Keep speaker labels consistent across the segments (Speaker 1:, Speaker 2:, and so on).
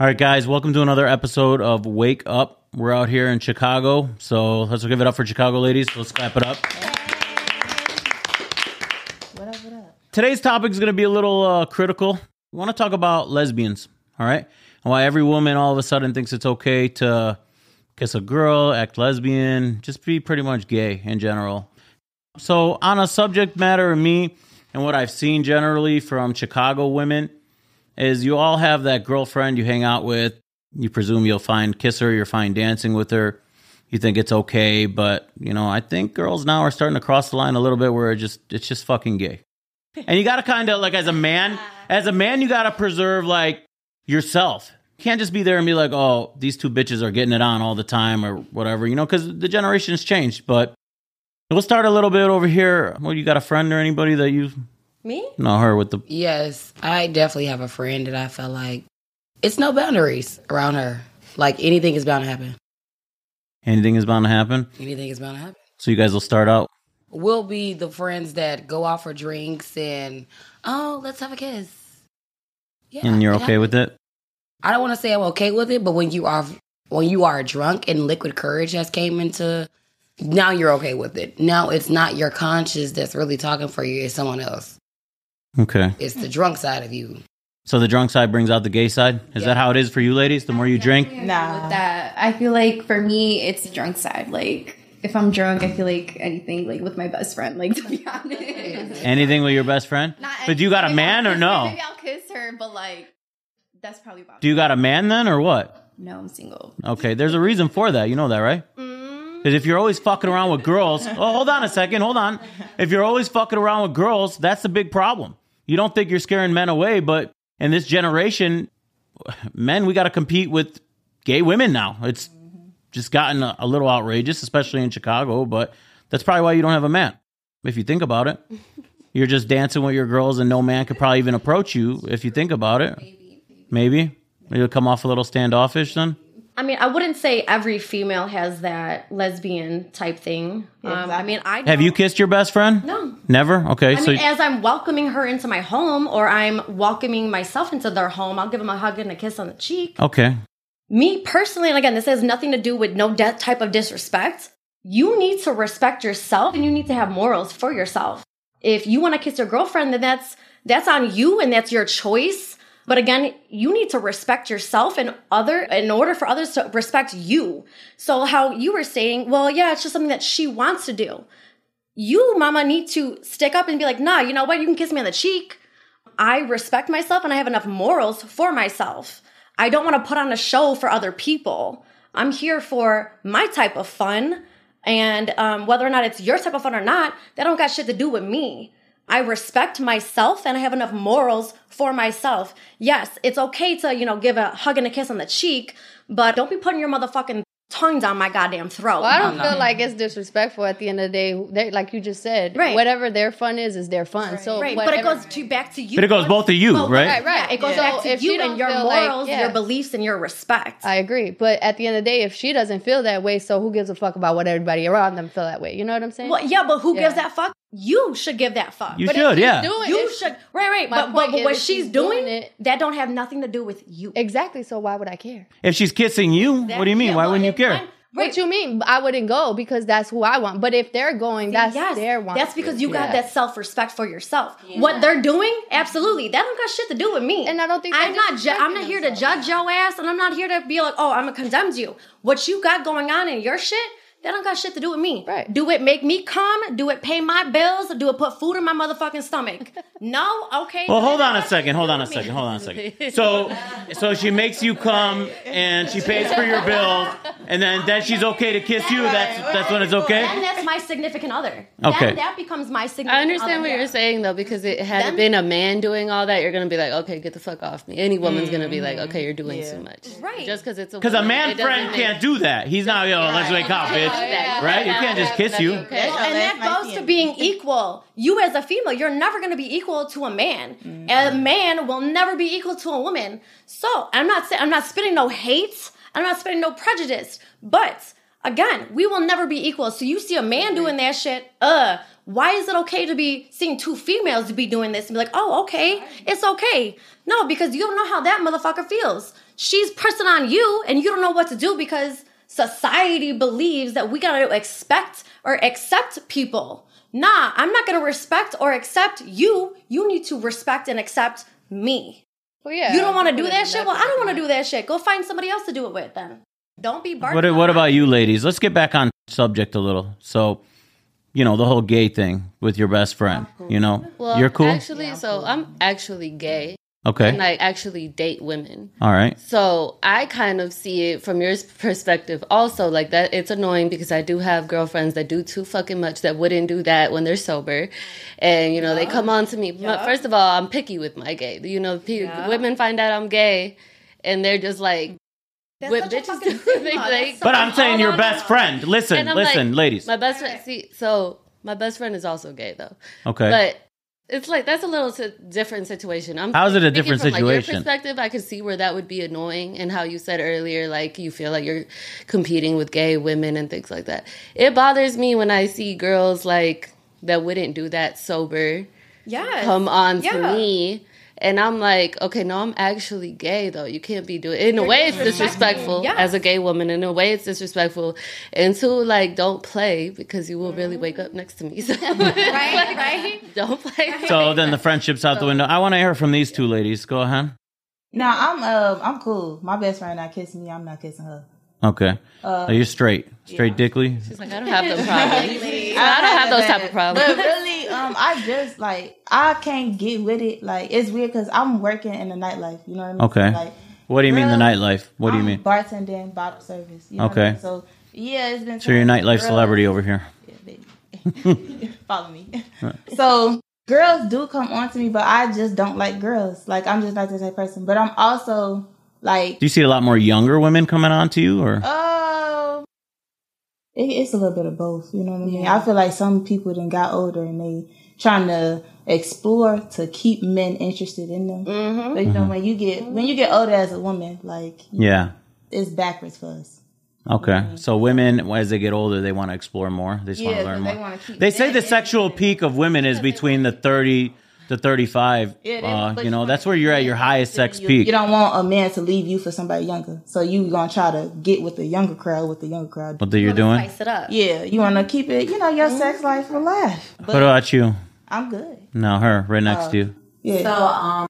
Speaker 1: All right, guys, welcome to another episode of Wake Up. We're out here in Chicago, so let's give it up for Chicago ladies. Let's clap it up.
Speaker 2: What up, what up?
Speaker 1: Today's topic is going to be a little uh, critical. We want to talk about lesbians, all right? And why every woman all of a sudden thinks it's okay to kiss a girl, act lesbian, just be pretty much gay in general. So, on a subject matter of me and what I've seen generally from Chicago women, is you all have that girlfriend you hang out with. You presume you'll find kiss her, you're fine dancing with her. You think it's okay, but you know, I think girls now are starting to cross the line a little bit where it just it's just fucking gay. And you gotta kinda like as a man, as a man you gotta preserve like yourself. You can't just be there and be like, oh, these two bitches are getting it on all the time or whatever, you know, because the generation's changed. But we'll start a little bit over here. Well, you got a friend or anybody that you
Speaker 2: Me?
Speaker 1: know her with the
Speaker 3: Yes, I definitely have a friend that I felt like it's no boundaries around her. Like anything is bound to happen.
Speaker 1: anything is bound to happen.
Speaker 3: Anything is bound to happen.
Speaker 1: So you guys will start out
Speaker 3: We'll be the friends that go out for drinks and oh, let's have a kiss. Yeah,
Speaker 1: and you're okay
Speaker 3: with
Speaker 1: with it.
Speaker 3: I don't want to say I'm okay with it, but when you are when you are drunk and liquid courage has came into now you're okay with it. Now it's not your conscience that's really talking for you, it's someone else.
Speaker 1: Okay.
Speaker 3: It's the drunk side of you.
Speaker 1: So the drunk side brings out the gay side. Is that how it is for you ladies? The more you drink,
Speaker 2: Nah.
Speaker 4: with that. I feel like for me, it's the drunk side. Like if I'm drunk, I feel like anything like with my best friend. Like to be honest,
Speaker 1: anything with your best friend.
Speaker 4: Not
Speaker 1: But do you got a
Speaker 4: anything.
Speaker 1: man or
Speaker 4: Maybe I'll-
Speaker 1: no?
Speaker 4: Maybe I'll kiss her, but like that's probably about.
Speaker 1: Do you got a man then or what?
Speaker 4: it. No, I'm single.
Speaker 1: Okay, there's a reason for that. You know that, right? Because if you're always fucking around with girls, oh, hold on a second, hold on. If you're always fucking around with girls, that's the big problem. You don't think you're scaring men away, but in this generation, men, we got to compete with gay women now. It's just gotten a, a little outrageous, especially in Chicago, but that's probably why you don't have a man. If you think about it, you're just dancing with your girls, and no man could probably even approach you if you think about it. Maybe. You'll come off a little standoffish then?
Speaker 5: I mean, I wouldn't say every female has that lesbian type thing. Um, I mean, I
Speaker 1: Have you kissed your best friend?
Speaker 5: No.
Speaker 1: Never? Okay.
Speaker 5: I
Speaker 1: so
Speaker 5: mean, as I'm welcoming her into my home, or I'm welcoming myself into their home, I'll give them a hug and a kiss on the cheek.
Speaker 1: Okay.
Speaker 5: Me personally, and again, this has nothing to do with no de- type of disrespect. You need to respect yourself, and you need to have morals for yourself. If you want to kiss your girlfriend, then that's that's on you, and that's your choice. But again, you need to respect yourself and other in order for others to respect you. So how you were saying, well, yeah, it's just something that she wants to do. You, mama, need to stick up and be like, nah, you know what? You can kiss me on the cheek. I respect myself and I have enough morals for myself. I don't want to put on a show for other people. I'm here for my type of fun. And um, whether or not it's your type of fun or not, that don't got shit to do with me. I respect myself and I have enough morals for myself. Yes, it's okay to, you know, give a hug and a kiss on the cheek, but don't be putting your motherfucking tongue down my goddamn throat.
Speaker 6: Well, I don't feel like it's disrespectful at the end of the day. They, like you just said,
Speaker 5: Right.
Speaker 6: whatever their fun is, is their fun. So,
Speaker 5: right, but
Speaker 6: whatever-
Speaker 5: it goes to back to you.
Speaker 1: But it goes both to you, right?
Speaker 6: Right, right.
Speaker 5: Yeah, it goes
Speaker 6: So
Speaker 5: back to
Speaker 6: if you
Speaker 5: you
Speaker 6: don't
Speaker 5: and your
Speaker 6: feel like-
Speaker 5: morals,
Speaker 6: yeah.
Speaker 5: your beliefs, and your respect.
Speaker 6: I agree. But at the end of the day, if she doesn't feel that way, so who gives a fuck about what everybody around them feel that way? You know what I'm saying?
Speaker 5: Well, yeah, but who
Speaker 6: Yeah.
Speaker 5: gives that fuck? You should give that fuck.
Speaker 1: You
Speaker 6: But if
Speaker 1: should,
Speaker 6: she's
Speaker 1: yeah.
Speaker 6: doing-
Speaker 5: You
Speaker 6: if-
Speaker 5: should. Right, right.
Speaker 6: My
Speaker 5: But, but,
Speaker 6: point
Speaker 5: but
Speaker 6: is,
Speaker 5: what
Speaker 6: if
Speaker 5: she's,
Speaker 6: she's
Speaker 5: doing,
Speaker 6: doing it-
Speaker 5: that don't have nothing to do with you.
Speaker 6: Exactly. So why would I care?
Speaker 1: If she's kissing you, what do you mean?
Speaker 5: Yeah,
Speaker 1: Why
Speaker 5: well,
Speaker 1: wouldn't you
Speaker 5: if-
Speaker 1: care?
Speaker 5: fine.
Speaker 6: What you mean? I wouldn't go because that's who I want. But if they're going, that's
Speaker 5: yes,
Speaker 6: their want.
Speaker 5: that's because you got
Speaker 6: Yeah.
Speaker 5: that self respect for yourself. What they're doing, absolutely, that don't got shit to do with me.
Speaker 6: And I don't think
Speaker 5: I'm
Speaker 6: they're
Speaker 5: not. Ju- I'm not
Speaker 6: disrespecting
Speaker 5: here to judge your ass, and I'm not here to be like, oh, I'm gonna condemn you. What you got going on in your shit, that don't got shit to do with me.
Speaker 6: Right.
Speaker 5: Do it make me calm? Do it pay my bills? Do it put food in my motherfucking stomach? no. Okay.
Speaker 1: Well, hold
Speaker 5: that
Speaker 1: on a
Speaker 5: got
Speaker 1: second.
Speaker 5: shit
Speaker 1: Hold
Speaker 5: to
Speaker 1: on
Speaker 5: do
Speaker 1: a
Speaker 5: with me.
Speaker 1: second. Hold on a second. So, so she makes you come and she pays for your bills, and then then she's okay to kiss you. That's that's when it's
Speaker 5: Then
Speaker 1: okay.
Speaker 5: that's my significant other.
Speaker 1: Okay.
Speaker 5: Then that becomes my significant.
Speaker 6: I understand
Speaker 5: other.
Speaker 6: what you're saying though, because it had
Speaker 5: Them-
Speaker 6: it been a man doing all that, you're gonna be like, okay, get the fuck off me. Any woman's gonna be like, okay, you're doing too much,
Speaker 5: Mm, Right.
Speaker 6: Just because it's a
Speaker 1: Because a
Speaker 6: woman,
Speaker 1: man
Speaker 6: it doesn't
Speaker 1: friend
Speaker 6: make-
Speaker 1: can't do that. He's not yo. Let's wake up, bitch. Right? You can't just kiss you.
Speaker 6: Okay.
Speaker 5: Well, and that goes to being equal. You as a female, you're never going to be equal to a man. A man will never be equal to a woman. So I'm not saying I'm not spitting no hate. I'm not spitting no prejudice. But again, we will never be equal. So you see a man doing that shit, uh, why is it okay to be seeing two females be doing this and be like, oh, okay, it's okay? No, because you don't know how that motherfucker feels. She's pressing on you and you don't know what to do because society believes that we gotta expect or accept people. Nah, I'm not gonna respect or accept you. You need to respect and accept me.
Speaker 6: Well, yeah.
Speaker 5: You don't wanna
Speaker 6: I'm
Speaker 5: do
Speaker 6: putting
Speaker 5: that
Speaker 6: it
Speaker 5: shit?
Speaker 6: back
Speaker 5: Well, I don't wanna do that shit. Go find somebody else to do it with then. Don't be barking.
Speaker 1: What,
Speaker 5: on
Speaker 1: what
Speaker 5: my-
Speaker 1: about you, ladies? Let's get back on subject a little. So, you know, the whole gay thing with your best friend. You know,
Speaker 2: Well,
Speaker 1: you're cool.
Speaker 2: Actually, so I'm actually gay,
Speaker 1: okay.
Speaker 2: and I actually date women.
Speaker 1: All right.
Speaker 2: So I kind of see it from your perspective also like that. It's annoying because I do have girlfriends that do too fucking much that wouldn't do that when they're sober. And, you know, they come on to me. But First of all, I'm picky with my gay. You know, pe- women find out I'm gay and they're just like, what bitches do they like?
Speaker 1: But I'm saying your best friend. Listen,
Speaker 2: And I'm
Speaker 1: listen,
Speaker 2: like,
Speaker 1: ladies.
Speaker 2: My best friend, see, so my best friend is also gay though.
Speaker 1: Okay.
Speaker 2: But it's like that's a little si- different situation. I'm
Speaker 1: How's it a
Speaker 2: speaking
Speaker 1: different
Speaker 2: from, like, your
Speaker 1: situation?
Speaker 2: perspective, I could see where that would be annoying, and how you said earlier, like you feel like you're competing with gay women and things like that. It bothers me when I see girls like that wouldn't do that sober
Speaker 5: Yes.
Speaker 2: come on
Speaker 5: Yeah.
Speaker 2: to me. And I'm like, okay, no, I'm actually gay though. You can't be doing. In a way, it's disrespectful
Speaker 5: Yeah.
Speaker 2: as a gay woman. In a way, it's disrespectful. And two, like, don't play because you will really wake up next to me. So,
Speaker 5: Mm. right, right.
Speaker 2: don't play.
Speaker 1: so then the friendship's out the window. I want to hear from these two ladies. Go ahead.
Speaker 7: No, I'm um I'm cool. My best friend not kissing me. I'm not kissing her.
Speaker 1: Okay. Oh, you're straight. Straight dickly.
Speaker 2: She's like, I don't have them problems. I don't have those type of problems.
Speaker 7: But really, um, I just like I can't get with it. Like it's weird because I'm working in the nightlife. You know what I
Speaker 1: Okay.
Speaker 7: mean? Like
Speaker 1: What do you mean the
Speaker 7: Really?
Speaker 1: nightlife? What do you
Speaker 7: I'm
Speaker 1: mean?
Speaker 7: Bartending, bottle service. You know What
Speaker 1: Okay.
Speaker 7: I mean? So yeah, it's been.
Speaker 1: So you're a nightlife celebrity over here.
Speaker 7: Follow me. so girls do come on to me, but I just don't like girls. Like I'm just not the type of person. But I'm also like,
Speaker 1: Do you see a lot more younger women coming on to you
Speaker 7: Oh.
Speaker 1: or
Speaker 7: um, it, it's a little bit of both. You know what I mean? I feel like some people then got older and they trying to explore to keep men interested in them. But you know
Speaker 1: Mm-hmm.
Speaker 7: when you get when you get older as a woman, like
Speaker 1: Yeah.
Speaker 7: it's backwards for us.
Speaker 1: Okay. So women as they get older they want to explore more. They just want to learn more.
Speaker 7: want to keep.
Speaker 1: They say the sexual peak of women is between the 30 to 35.
Speaker 7: Yeah, they-
Speaker 1: Uh,
Speaker 7: but
Speaker 1: you know,
Speaker 7: you
Speaker 1: that's
Speaker 7: wanna-
Speaker 1: where you're at your highest sex
Speaker 7: you,
Speaker 1: peak.
Speaker 7: You don't want a man to leave you for somebody younger, so you gonna try to get with the younger crowd, with the younger crowd.
Speaker 1: What that you're doing?
Speaker 5: Spice it up.
Speaker 7: Yeah, you want to keep it, you know, your sex life alive.
Speaker 1: What
Speaker 7: But
Speaker 1: about you?
Speaker 7: Mm-hmm. I'm good.
Speaker 1: No, her right next
Speaker 8: Oh.
Speaker 1: to you.
Speaker 7: Yeah,
Speaker 8: So, um,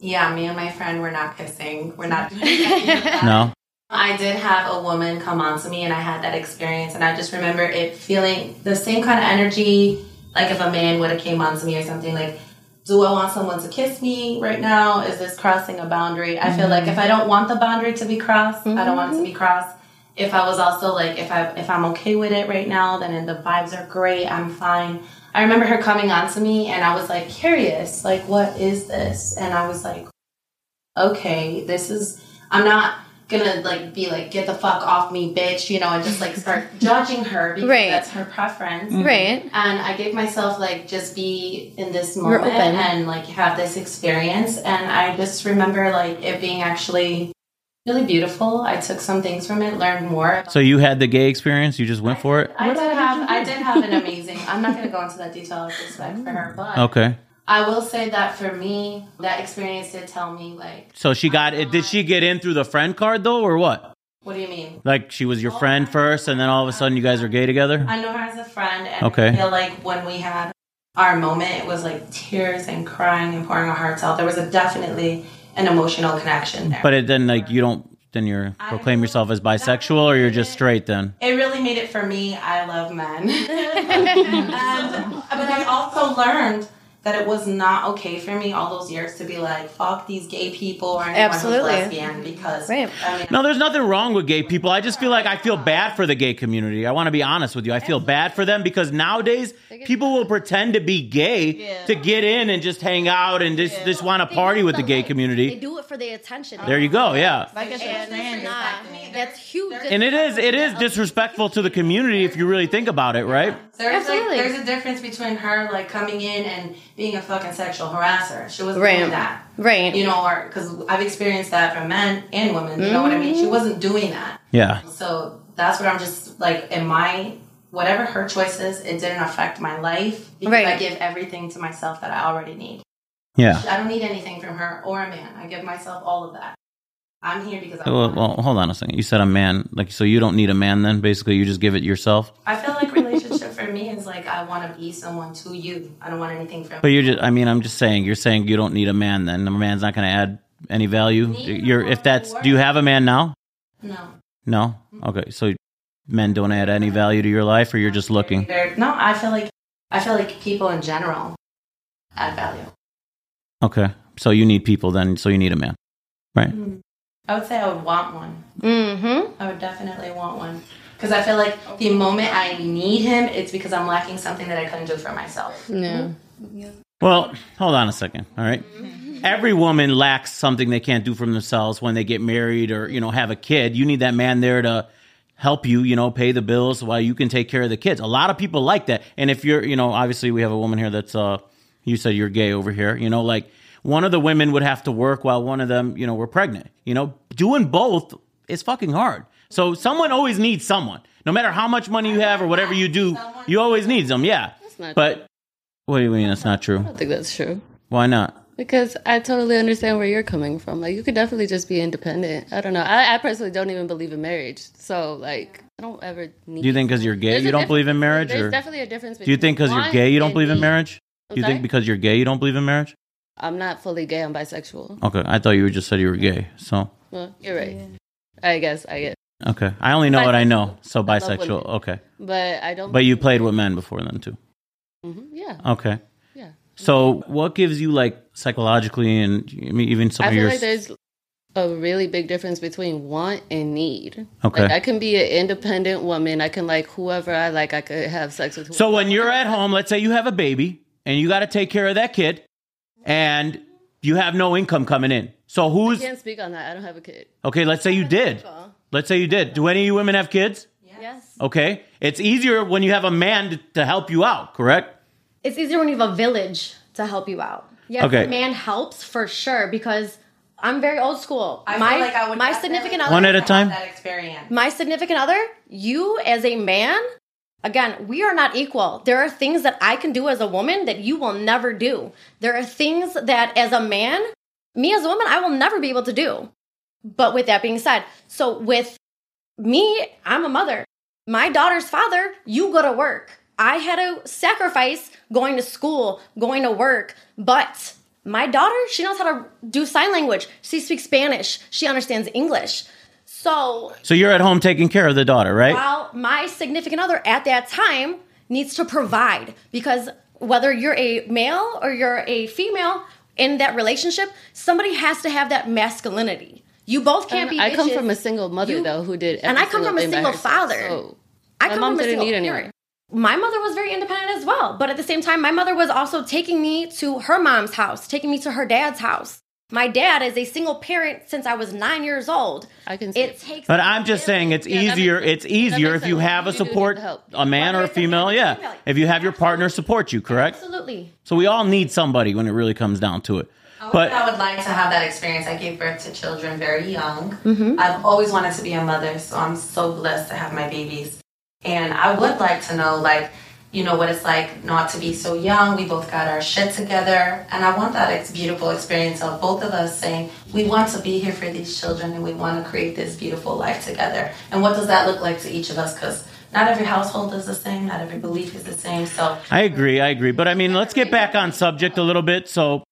Speaker 8: yeah, me and my friend were not kissing. We're not doing that.
Speaker 1: No.
Speaker 8: I did have a woman come on to me, and I had that experience, and I just remember it feeling the same kind of energy. Like if a man would have came on to me or something, like, do I want someone to kiss me right now? Is this crossing a boundary? I feel like if I don't want the boundary to be crossed, I don't want it to be crossed. If I was also like, if I if I'm okay with it right now, then the vibes are great. I'm fine. I remember her coming on to me, and I was like curious, like, what is this? And I was like, okay, this is I'm not gonna like be like get the fuck off me, bitch, you know, and just like start judging her because
Speaker 5: Right.
Speaker 8: that's her preference.
Speaker 5: Right.
Speaker 8: And I gave myself like just be in this moment
Speaker 5: open.
Speaker 8: and like have this experience. And I just remember like it being actually really beautiful. I took some things from it, learned more.
Speaker 1: So you had the gay experience, you just went for it?
Speaker 8: I did have I did have an amazing. I'm not gonna go into that detail of respect for her, but
Speaker 1: Okay.
Speaker 8: I will say that for me, that experience did tell me like,
Speaker 1: So she got it. Did she get in through the friend card though, or what?
Speaker 8: what do you mean?
Speaker 1: Like she was your
Speaker 8: Oh,
Speaker 1: friend first, and then all of a sudden you guys are gay together?
Speaker 8: I know her as a friend, and
Speaker 1: Okay.
Speaker 8: I feel like when we had our moment, it was like tears and crying and pouring our hearts out. There was a definitely an emotional connection there.
Speaker 1: But it, then, like, you don't. Then you proclaim yourself as bisexual, or you're just straight. Then
Speaker 8: it really made it for me. I love men, and, but I also learned that it was not okay for me all those years to be like, fuck these gay people or anyone
Speaker 5: Absolutely.
Speaker 8: who's lesbian because
Speaker 5: Right.
Speaker 8: I mean,
Speaker 1: no, there's nothing wrong with gay people. I just feel like I feel bad for the gay community. I want to be honest with you. I feel bad for them because nowadays people will pretend to be gay to get in and just hang out and just just want to party with the gay
Speaker 5: They
Speaker 1: community.
Speaker 5: do it for the attention.
Speaker 1: There you go. Yeah.
Speaker 7: like it's a friend.
Speaker 5: Nah, that's huge.
Speaker 1: And it is it is disrespectful to the community if you really think about it, right?
Speaker 8: There's
Speaker 5: Absolutely.
Speaker 8: Like, there's a difference between her like coming in and being a fucking sexual harasser. She wasn't
Speaker 5: Right.
Speaker 8: doing that,
Speaker 5: Right.
Speaker 8: you know, or because I've experienced that from men and women. You know what I mean? She wasn't doing that,
Speaker 1: Yeah.
Speaker 8: so that's what I'm just like in my whatever her choice is, it didn't affect my life because
Speaker 5: Right.
Speaker 8: I give everything to myself that I already need.
Speaker 1: Yeah.
Speaker 8: I don't need anything from her or a man. I give myself all of that. I'm here because I
Speaker 1: Well,
Speaker 8: want.
Speaker 1: well, hold on a second. You said a man, like so you don't need a man then. Basically, you just give it yourself.
Speaker 8: I feel like relationship for me is like I want to be someone to you. I don't want anything from.
Speaker 1: But you just, I mean, I'm just saying, you're saying you don't need a man then. A man's not going to add any value.
Speaker 8: Neither
Speaker 1: You're if that's do you have a man now?
Speaker 8: no.
Speaker 1: No. Okay, so men don't add any value to your life, or you're just looking.
Speaker 8: They're- No, I feel like I feel like people in general add value.
Speaker 1: Okay, so you need people then. So you need a man, right?
Speaker 8: I would say I would want one.
Speaker 5: Mm-hmm.
Speaker 8: I would definitely want one because I feel like the moment I need him, it's because I'm lacking something that I couldn't do for myself.
Speaker 6: Yeah.
Speaker 1: Well, hold on a second. All right. Every woman lacks something they can't do from themselves when they get married or, you know, have a kid. You need that man there to help you, you know, pay the bills while you can take care of the kids. A lot of people like that. And if you're, you know, obviously we have a woman here that's uh you said you're gay over here, you know, like one of the women would have to work while one of them, you know, were pregnant. You know, doing both is fucking hard. So someone always needs someone. No matter how much money you have or whatever you do, you always need them. Yeah.
Speaker 2: not
Speaker 1: But what do you mean that's not true?
Speaker 2: I don't think that's true.
Speaker 1: Why not?
Speaker 2: Because I totally understand where you're coming from. Like, you could definitely just be independent. I don't know. I, I personally don't even believe in marriage. So, like, I don't ever need.
Speaker 1: Do you think because you're gay
Speaker 2: There's a
Speaker 1: you don't
Speaker 2: difference-
Speaker 1: believe in marriage,
Speaker 2: There's
Speaker 1: or do
Speaker 2: definitely a difference.
Speaker 1: you think because you're gay you don't believe in marriage?
Speaker 2: I'm
Speaker 1: Do you think
Speaker 2: sorry?
Speaker 1: because you're gay you don't believe in marriage?
Speaker 2: I'm not fully gay. I'm bisexual.
Speaker 1: Okay, I thought you just said you were gay. So
Speaker 2: Well, you're right. I guess I get.
Speaker 1: okay, I only know what I know. So
Speaker 2: love
Speaker 1: bisexual.
Speaker 2: women.
Speaker 1: Okay,
Speaker 2: But I don't.
Speaker 1: but you played with men before then too.
Speaker 2: Mhm, yeah.
Speaker 1: Okay,
Speaker 2: Yeah.
Speaker 1: So what gives you like psychologically and I mean, even some
Speaker 2: I
Speaker 1: of
Speaker 2: feel
Speaker 1: your
Speaker 2: like there's a really big difference between want and need.
Speaker 1: Okay.
Speaker 2: Like I can be an independent woman. I can like whoever I like. I could have sex with. Whoever.
Speaker 1: So when you're at home, let's say you have a baby and you got to take care of that kid, and you have no income coming in. So
Speaker 2: I
Speaker 1: who's
Speaker 2: can't speak on that. I don't have a kid.
Speaker 1: okay? Let's say you did. Let's say you did. Do any of you women have kids?
Speaker 5: Yes.
Speaker 1: Okay. It's easier when you have a man to, to help you out, correct?
Speaker 5: It's easier when you have a village to help you out. Yes,
Speaker 1: Okay.
Speaker 5: a man helps for sure because I'm very old school.
Speaker 8: I
Speaker 5: my
Speaker 8: feel like I would
Speaker 5: my
Speaker 8: definitely
Speaker 5: significant
Speaker 8: like
Speaker 5: other
Speaker 1: One at a
Speaker 8: to have
Speaker 1: time?
Speaker 8: That experience.
Speaker 5: my significant other, you as a man, again, we are not equal. There are things that I can do as a woman that you will never do. There are things that as a man, me as a woman, I will never be able to do. But with that being said, so with me, I'm a mother. My daughter's father, you go to work. I had to sacrifice going to school, going to work, but my daughter, she knows how to do sign language. She speaks Spanish. She understands English. So
Speaker 1: So you're at home taking care of the daughter, right?
Speaker 5: while my significant other at that time needs to provide because whether you're a male or you're a female in that relationship, somebody has to have that masculinity. You both can't be.
Speaker 2: I come
Speaker 5: bitches.
Speaker 2: from a single mother
Speaker 5: You-
Speaker 2: though who did, every
Speaker 5: and I come
Speaker 2: single
Speaker 5: from a
Speaker 2: thing by
Speaker 5: single
Speaker 2: herself.
Speaker 5: father.
Speaker 2: So
Speaker 5: I
Speaker 2: my
Speaker 5: come
Speaker 2: mom
Speaker 5: from a
Speaker 2: didn't
Speaker 5: single
Speaker 2: need anyone.
Speaker 5: parent. My mother was very independent as well, but at the same time, my mother was also taking me to her mom's house, taking me to her dad's house. My dad is a single parent since I was nine years old.
Speaker 2: I can see
Speaker 5: It
Speaker 2: it.
Speaker 5: takes.
Speaker 1: But I'm just saying it's
Speaker 2: Yeah, that
Speaker 1: easier.
Speaker 2: makes
Speaker 1: It's
Speaker 2: sense.
Speaker 1: easier
Speaker 2: That
Speaker 1: if
Speaker 2: makes
Speaker 1: you
Speaker 2: sense.
Speaker 1: have a
Speaker 2: You do need
Speaker 1: support,
Speaker 2: the help.
Speaker 1: a man or
Speaker 5: Whether
Speaker 1: a
Speaker 5: it's a man
Speaker 1: female.
Speaker 5: or
Speaker 1: Yeah.
Speaker 5: female.
Speaker 1: If you have your partner support you, correct?
Speaker 5: absolutely.
Speaker 1: So we all need somebody when it really comes down to it.
Speaker 2: Oh,
Speaker 1: But
Speaker 8: I would like to have that experience. I gave birth to children very young. I've always wanted to be a mother, so I'm so blessed to have my babies. And I would like to know, like, you know, what it's like not to be so young. We both got our shit together. And I want that ex- beautiful experience of both of us saying, we want to be here for these children and we want to create this beautiful life together. And what does that look like to each of us? Because not every household is the same, not every belief is the same. So
Speaker 1: I agree. I agree. But I mean, let's get back on subject a little bit. So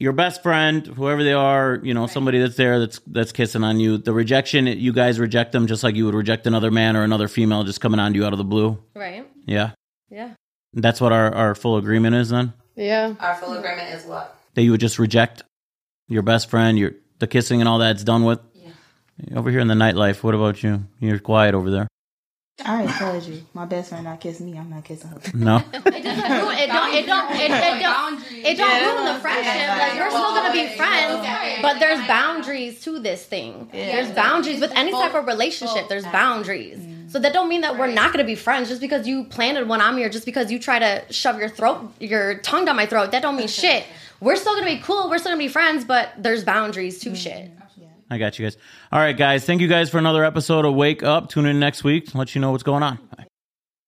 Speaker 1: your best friend, whoever they are, you know, somebody that's there that's that's kissing on you. The rejection, you guys reject them just like you would reject another man or another female just coming on to you out of the blue.
Speaker 5: Right.
Speaker 1: Yeah.
Speaker 5: Yeah.
Speaker 1: That's what our, our full agreement is then?
Speaker 6: Yeah.
Speaker 8: our full agreement is what?
Speaker 1: That you would just reject your best friend, your the kissing and all that's done with? Yeah. Over here in the nightlife, what about you? You're quiet over there.
Speaker 7: I already told you, my best friend not kiss me. I'm not kissing her.
Speaker 1: No.
Speaker 5: It doesn't ruin. It don't. It don't. It, it don't. It don't ruin the friendship. Like you're still gonna be friends, but there's boundaries to this thing. There's boundaries with any type of relationship. There's boundaries. So that don't mean that we're not gonna be friends just because you planted one on me or just because you try to shove your throat, your tongue down my throat. That don't mean shit. We're still gonna be cool. We're still gonna be friends, but there's boundaries to shit.
Speaker 1: I got you guys. All right, guys. Thank you guys for another episode of Wake Up. Tune in next week and let you know what's going on.